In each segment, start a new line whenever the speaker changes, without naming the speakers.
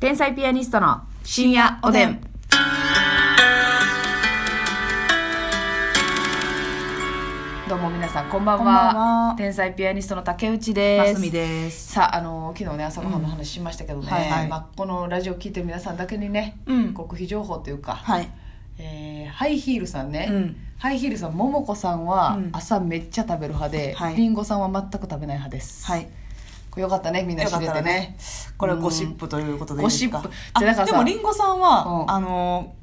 天才ピアニストの
深夜おでん。どうも皆さんこんばんは。
こんばんは
天才ピアニストの竹内で。
ますすみです
さあ、あの昨日ね朝ごはんの話しましたけどね、
うんはいはい
まあ、このラジオ聞いてる皆さんだけにね、
うん
極秘情報というか、
はい
えーハイヒールさんね、
うん
ハイヒールさんももこさんは
うん
朝めっちゃ食べる派で、
はい
りんごさんは全く食べない派です、
はい
これよかったねみんな知れ
よ
て
かった
ね
ねこれはゴシップということでいいですか
ゴシップ
あ
じゃあだから
で
さ
もりんごさんは、
うん
あの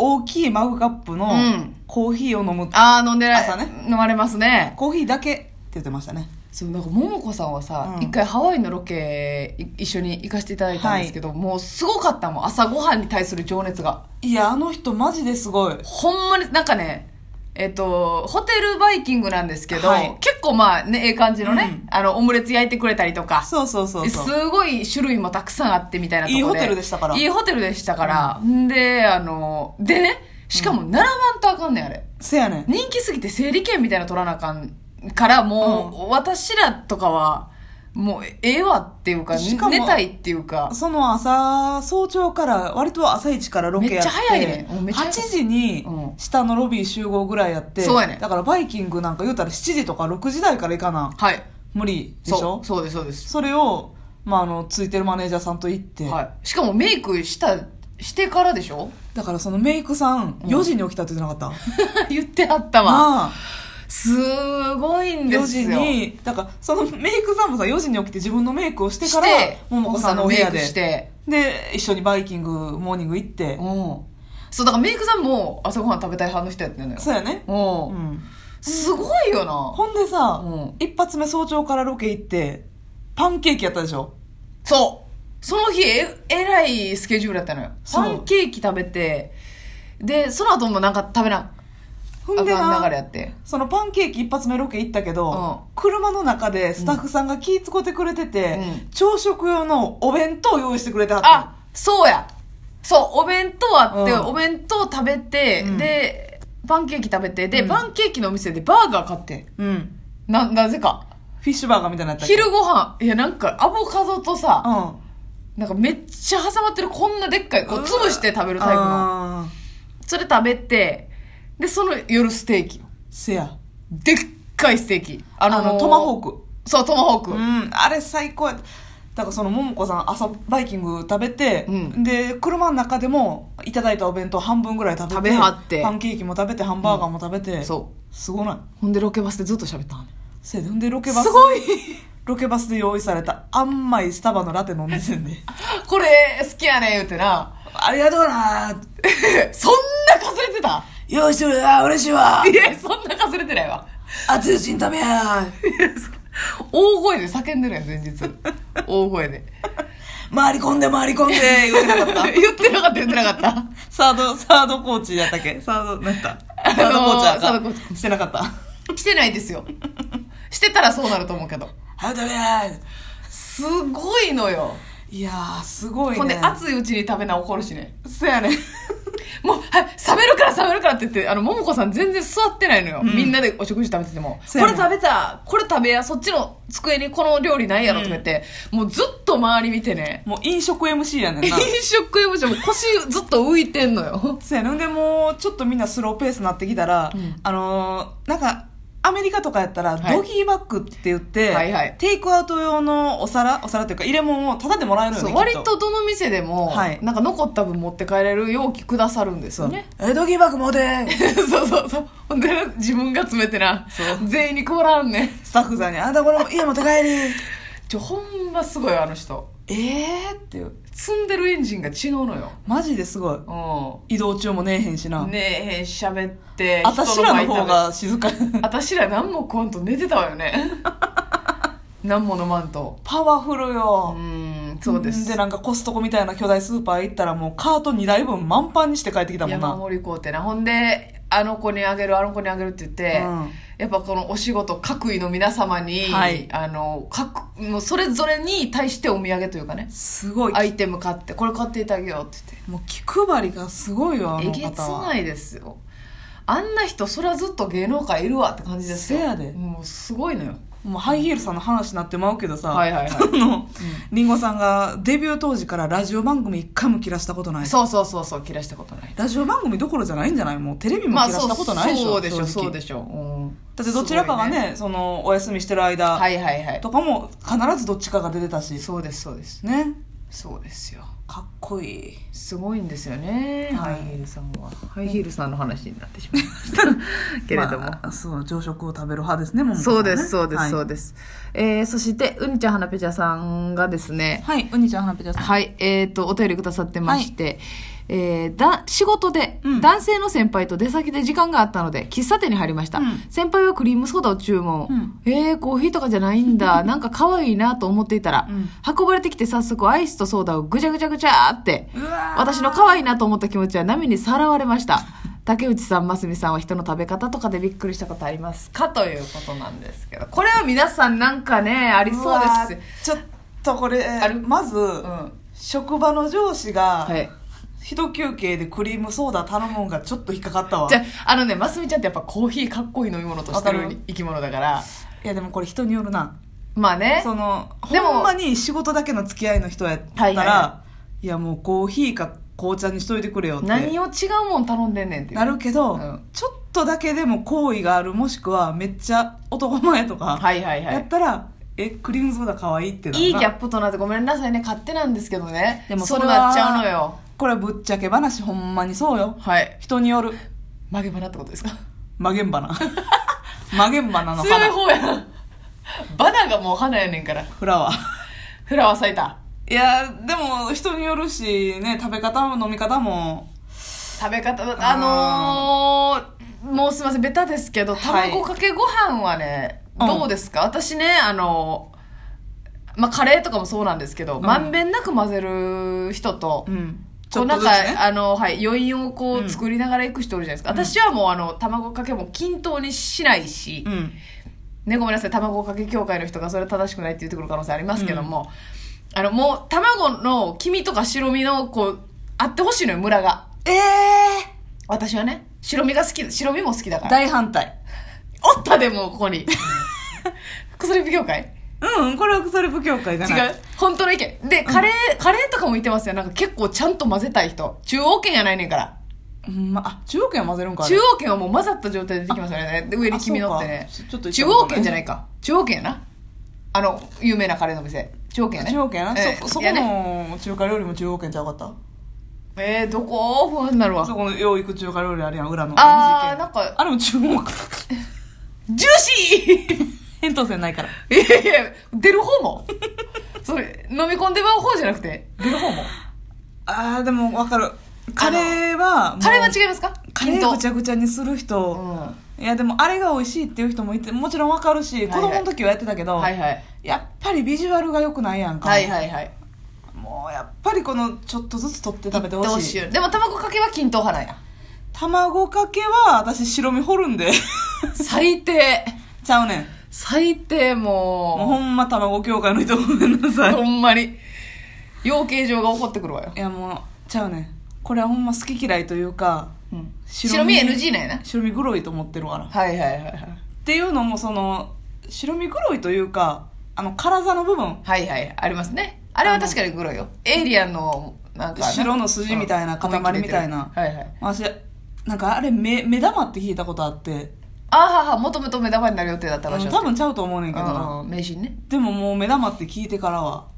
大きいマグカップの
うん
コーヒーを飲む、
ああ飲んでら
朝ね
飲まれますね
コーヒーだけって言ってましたね
そうなんか桃子さんはさ、
うん
一回ハワイのロケい一緒に行かせていただいたんですけど、もうすごかったもん朝ごはんに対する情熱が
いやあの人マジですごい
ほんまになんかねえっと、ホテルバイキングなんですけど、
はい
結構まあねええ感じのね、
うん
あのオムレツ焼いてくれたりとか
そうそうそうそう
すごい種類もたくさんあってみたいなとこで
いいホテルでしたから
いいホテルでしたから、ん、であのでねしかも並ばんとあかんねんあれ
せやねん
人気すぎて整理券みたいなの取らなあかんからもう、私らとかはもうええわっていうか
しかも
寝たいっていうか
その朝早朝から割と朝一からロケ
めっ
やって
ちゃ早いねうんめっちゃ早
8
い
時に
うん
下のロビー集合ぐらいやって、
そうやねん
だからバイキングなんか言うたら7時とか6時台から行かな
はい
無理でし
そ
ょ
うそうですそうです、
それを、まあ、あのついてるマネージャーさんと行って、
はい、しかもメイクしたしてからでしょ
だからそのメイクさん
うん
4時に起きたって言ってなかった、
言ってあったわ
まあ
すごいんで
4
す
時
よ
にだからそのメイクさんもさ4時に起きて自分のメイクをしてから
して
ももこさんのお部屋
お子さんのメイク
で
して
で一緒にバイキングモーニング行って、
うんそうだからメイクさんも朝ごはん食べたい派の人やってんのよ
そうやね、
う、
うんん、
すごいよな
ほんでさ、
うん
一発目早朝からロケ行ってパンケーキやったでしょ
そうその日ええらいスケジュールやったのよ
そう
パンケーキ食べてでその後もなんか食べな
ほ
あ
んで
かん流れ
な
やって
そのパンケーキ一発目ロケ行ったけど、車の中でスタッフさんが気使ってくれてて、
うん
朝食用のお弁当を用意してくれてはった
あそうやそうお弁当あって、
うん
お弁当食べて、
うん
でパンケーキ食べてで、
うん
パンケーキのお店でバーガー買って
うん
ななぜか
フィッシュバーガーみたいなのやったっけ
昼ご飯いやなんかアボカドとさ、
うん
なんかめっちゃ挟まってるこんなでっかいこう潰して食べるタイプの
あー
それ食べてでその夜ステーキ
せや
でっかいステーキあ
あのトマホーク
クそうトマホーク、
うんあれ最高やだからその桃子さん朝バイキング食べて、
うん
で車の中でもいただいたお弁当半分ぐらい食べて
食べはって
パンケーキも食べてハンバーガーも食べて、
そう
すごない
ほんでロケバスでずっと喋ったのね
せやでほんでロケバス
すごい
ロケバスで用意されたあんまいスタバのラテ飲んでてんで
これ好きやね言うてな
ありがとうなー
そんなかすれてた
用意してくれた嬉しい わ
いやそんなかすれてないわ
熱いうちに食べや
大声で叫んでるやん前日大声 で
回り込んで回り込んで言わなかった
言ってなかった言ってなかった
サード、サードコーチやったっけサード、なんだ
あのー
サードコーチやった
サードコー
してなか った。
してないですよしてたらそうなると思うけど
ハードウェ
すごいのよ
イいやー、すごいね。
ほんで熱いうちに食べな怒るしね
そう やね。
もうはい冷めるから冷めるからって言ってあの桃子さん全然座ってないのよ、
うん
みんなでお食事食べてても、
そう
これ
やね
食べたこれ食べやそっちの机にこの料理ないやろとか言って、もうずっと周り見てね
もう飲食 MC やねん
飲
な。
食用者も腰ずっと浮いてんのよ
そうやね。ほんでもう、ちょっとみんなスローペースになってきたら、
うん
あのー、なんか、アメリカとかやったら、
はい
ドギーバッグって言って、
はいはい
テイクアウト用のお皿、お皿っていうか、入れ物をタダでもらえるのよ
そう
ね。
割
きっ
とどの店でも、
はい
なんか残った分持って帰れる容器くださるんです
そ
よ
う
ね。
え、ドギーバッグ持てー
そうそうそうほんで自分が詰めてな
そう
全員に配らんねん
スタッフさんに、あんたこれも家持って 帰り
ちょほんますごいあの人
えーっていう。
積んでるエンジンが違うのよ
マジですごい。
う
移動中もねえへんしな。
んねえ喋って
私らの方
人前に食
が静か
べ私ら何も食わんと寝てたわよね何も飲まんと
パワフル
う
よ、
んそうです
でなんかコストコみたいな巨大スーパー行ったらもうカート2台分満帆にして帰ってきたもん
山
な、
盛り買うてなほんであの子にあげるあの子にあげるって言って、
うん
やっぱこのお仕事各位の皆様に、
はい
あの各もうそれぞれに対してお土産というかね
すごい
アイテム買ってこれ買っていただけようって
もう気配りがすごいよあ
言
の
ってえげつ
方は
ないですよあんな人そりゃずっと芸能界いるわって感じですよ
せやで
もうすごいのよ
もうハイヒールさんの話になってまうけどさ、
はいはいはい
その、りんごさんがデビュー当時からラジオ番組一回も切らしたこと ない。
そうそうそうそう切らしたことない
ラジオ番組どころじゃないんじゃないもうテレビも切らしたことないでしょ、
そうでしょ
正直
そうでしょ、うん
だってどちらかが
すごい
ねそのお休みしてる間
はいはいはい
とかも必ずどっちかが出てたし、
そうですそうです
ね
そうですよ
かっこいい
すごいんですよね、
はい
ハイヒールさんはハイヒールさんの話になってしまいました けれども、
まあそう朝食を食べる派ですねもも
そうですそうです、
はい、
そうです、えー、そしてうにちゃんはなぺちゃさんがですね
はいウニちゃん花ぺちゃさん
はいえー、とお便りくださってまして、えーだ仕事で、
うん
男性の先輩と出先で時間があったので喫茶店に入りました、
うん
先輩はクリームソーダを注文、えー、コーヒーとかじゃないん だなんか可愛いなと思っていたら、
うん
運ばれてきて早速アイスとソーダをぐちゃぐちゃぐちゃーって
うわー
私の可愛いなと思った気持ちは波にさらわれました竹内さん真澄さんは人の食べ方とかでびっくりしたことありますかということなんですけどこれは皆さんなんかねありそうです
うわーちょっとこれ
る
まず、
うん
職場の上司が、
はい
一休憩でクリームソーダ頼むんがちょっと引っかかったわ
じゃああのねますみちゃんってやっぱコーヒーかっこいい飲み物として
わか
る
る
生き物だから
いやでもこれ人によるな
まあね
その
でも
ほんまに仕事だけの付き合いの人やったら、
はい
い
はいは
やもうコーヒーか紅茶にしといてくれよって
何を違うもん頼んでんねんっていう
なるけど、
うん
ちょっとだけでも好意があるもしくはめっちゃ男前とか、
はいはいは
やっ
い
たらえクリームソーダ可愛いってなるない
いギャップとなってごめんなさいね勝手なんですけどね
でも
そ
そうれは
なっちゃうのよ
これはぶっちゃけ話ほんまにそうよ
はい
人による
曲げ花ってことですか
曲げん ばな曲げんばなの
強い
花
方やなバナがもう花やねんから
フラワー
フラワー咲いた
いやでも人によるしね食べ方も飲み方も
食べ方あのー、もうすいませんベタですけど
はい
卵かけご飯はね、
うん
どうですか私ねあのーまあカレーとかもそうなんですけど
ん
ま、んべんなく混ぜる人と、
うんち
こ
ょ
う
っ
な
と
ん
ずつ
か、
ね
あの、はい、余韻をこ
う
うん作りながら行く人おるじゃないですか。私はもうあの、卵かけも均等にしないし、
うん
ね、ごめんなさい、卵かけ協会の人がそれは正しくないって言ってくる可能性ありますけども、あの、もう、卵の黄身とか白身の、こう、あってほしいのよ、ムラが。
え
私はね、白身が好き、白身も好きだから。
ー、大反対
おったでも、ここに。薬指協会
うんこれはそれ不協会じゃ
違。
ないう
本当の意見。で、カレー、カレーとかもいてますよ。なんか結構ちゃんと混ぜたい人。中央圏やないねんから。
うんまあ中央圏は混ぜるんかあれ
中央圏はもう混ざった状態でできますよね。で上に黄身乗ってね
あそうかちょっと。
中央圏じゃないいか。中央圏やな。あの、有名なカレーの店。中央圏やね。
中央圏やな、
ええ
そそ
い
こ
やね。
の中華料理も中央圏ちゃうかった
えー、どこ不安になるわ。
そこのよう行く中華料理あるやん裏の
あ
NGK
ー、なんか、
あれも中央圏
ジューシー
扁桃腺ないから
いやいや、出る方も。 それ、飲み込んでまう方じゃなくて、出る方も。
あーでも分かるカレーはもう
カレーは違いますか
カレーぐち
ゃ
ゃぐちゃにする人、
うん。
いやでもあれが美味しいっていう人もいてもちろんわかるし、
はいはい
子供の時はやってたけど、
はいはい。
やっぱりビジュアルが良くないやんか、
はいはいはい。
もうやっぱりこのちょっとずつ取って食べてほしい
いよ。でも卵かけは均等派なんや。
卵かけは私白身掘るん で
最低。
ちゃうねん
最低もう。
もうほんま卵協会の人ごめんなさい
ほんまに。養鶏場が怒ってくるわよ。
いやもうちゃうねんこれはほんま好き嫌いというか
白身 NG なんやな。
白身黒いと思ってるからっ
はいはいはいはい。
ていうのもその白身黒いというかあの体の部分
はいはい、ありますね。あれは確かに黒いよ。エイリアンの、なんかな。
白の筋みたいな
うん
塊みたいな
はいはい。
私なんかあれ目目玉って聞いたことあって
あはは、もともと目玉になる予定だった場所。
多分ちゃうと思うねんけどな
うん、迷信ね。
でももう目玉って聞いてからは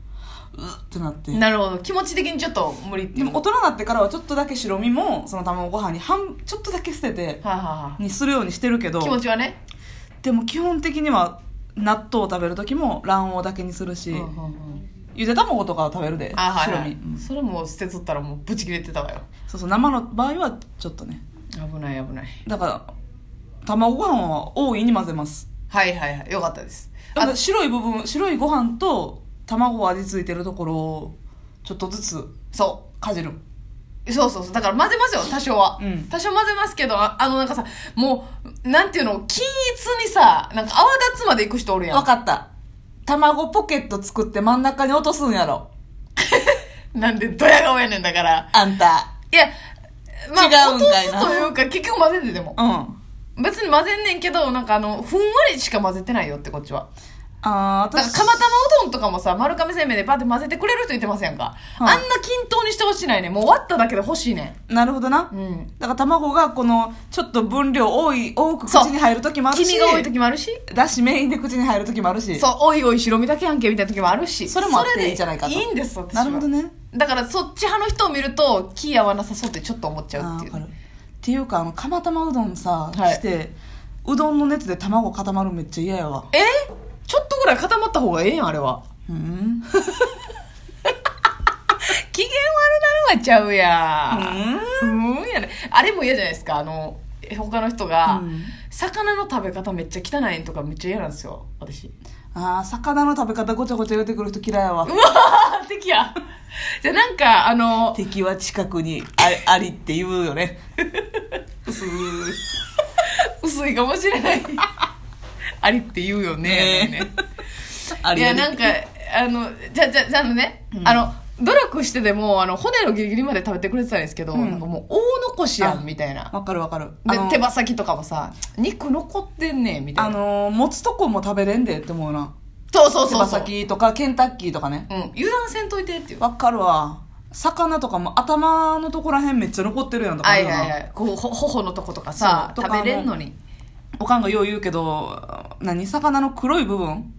うっってなって
なるほど。気持ち的にちょっと無理ってい
で
う。
も大人になってからはちょっとだけ白身もその卵ご飯に半ちょっとだけ捨てて
はあ、はあは
にするようにしてるけど
あ、気持ちはね。
でも基本的には納豆を食べる時も卵黄だけにするし、
うんうんうん
ゆで卵とかは食べるで
あはい、は
白身、
い
うん
それも捨てとったらもうブチ切れてたわよ。
そうそう生の場合はちょっとね
危ない危ない。
だから卵ご飯は大いに混ぜます
はいはいはい。よかったです。
あと白い部分白いご飯と卵が味付いてるところをちょっとずつ
そう。
かじる
そうそうそう。だから混ぜますよ、多少は。
うん
多少混ぜますけど、ああのなんかさ、もう、なんていうの、均一にさ、なんか泡立つまで行く人おるや
わ
ん。
かった卵ポケット作って真ん中に落とすんやろ
なんで、ドヤ顔やねんだから。
あんた
いや、まあ、
違うん
落と
かい
す
な
というか、結局混ぜんででも。
うん
別に混ぜんねんけど、なんかあの、ふんわりしか混ぜてないよって、こっちは。
あー
だから
私
釜玉うどんとかもさ丸亀製麺でバッて混ぜてくれる人いてますやんか、
はい
あんな均等にしてほしいないねもう割っただけで欲しいね
なるほどな、
んうん
だから卵がこのちょっと分量多い多く口に入る時もあるし
黄身が多い時もあるし
だしメインで口に入る時もあるし
そうおいおい白身だけやんけみたいな時もあるし
それもあって
で
いいんじゃないかと
いいんです私は
なるほどね
だからそっち派の人を見ると気合わなさそうってちょっと思っちゃう
あ
っ
ー
てい
わ
う
かるっていうかあの釜玉うどんさ、
はい
してうどんの熱で卵固まるめっちゃ嫌やわ
えちょっとぐらい固まった方がええやんあれは
うんうん
機嫌悪なるわちゃうやうんやねあれも嫌じゃないですかあのえ他の人が、
うん
魚の食べ方めっちゃ汚いんとかめっちゃ嫌なんですよ私
あー魚の食べ方ごちゃごちゃ言うてくる人嫌いやわ
あ敵やじゃあなんかあの
敵は近くにあありって言うよね薄い
薄いかもしれないありって言うよね
ねえ
やのにね
あ
い
りあ
や
り
なんかあのじゃじゃじゃあのね、
うん
あの努力してでもあの骨のギリギリまで食べてくれてたんですけど、
うん
なんかもう大残しやんみたいな
わかるわかるあ
で
の
手羽先とかもさ肉残ってんねんみた
あ
いな
のー持つとこも食べれんでって思うな
そうそう
手
そ
羽
うそう、うん、
先とかケンタッキーとかね
油断せんといてっていう
わかるわ魚とかも頭のとこらへんめっちゃ残ってるやんとかあ
はい
るよな
はいはいこうほ頬のとことかさ
そうと
食
か
べれんのに
おかんがよう言うけど何魚の黒い部分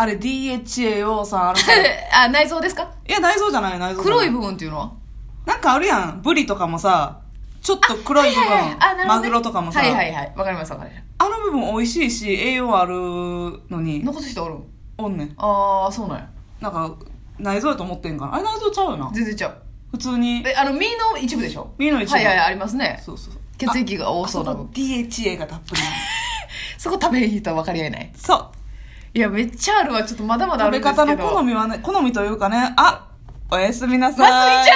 あれ DHA さんあるから い
あ内臓ですか
や内臓じゃない内臓じゃな
黒い部分っていうのは
なんかあるやんブリとかもさちょっと黒い部分、
はいはいはいあなるほど
マ
ね
グロとかもさ、
はいはいはいわかりますわかりま
あの部分美味しいし栄養あるの
す
に
残す人おる
おんねん
ああそうなんや
なんか内臓やと思ってんかなあれ内臓ちゃうよな
全然ちゃう
普通に
えあの身の一部でしょ
身の一部
はいはいはいありますね
そうそうそう
血液が多
あ
そ
そう
な
こ
分
DHA がたっぷりなの
そこ食べへん人は分かり合えない
そう
いやめっちゃあるわちょっとまだまだあ
食
る
べ
んですけ
方
ど
の好みはね好みというかねあおやすみなさ
ますみちゃん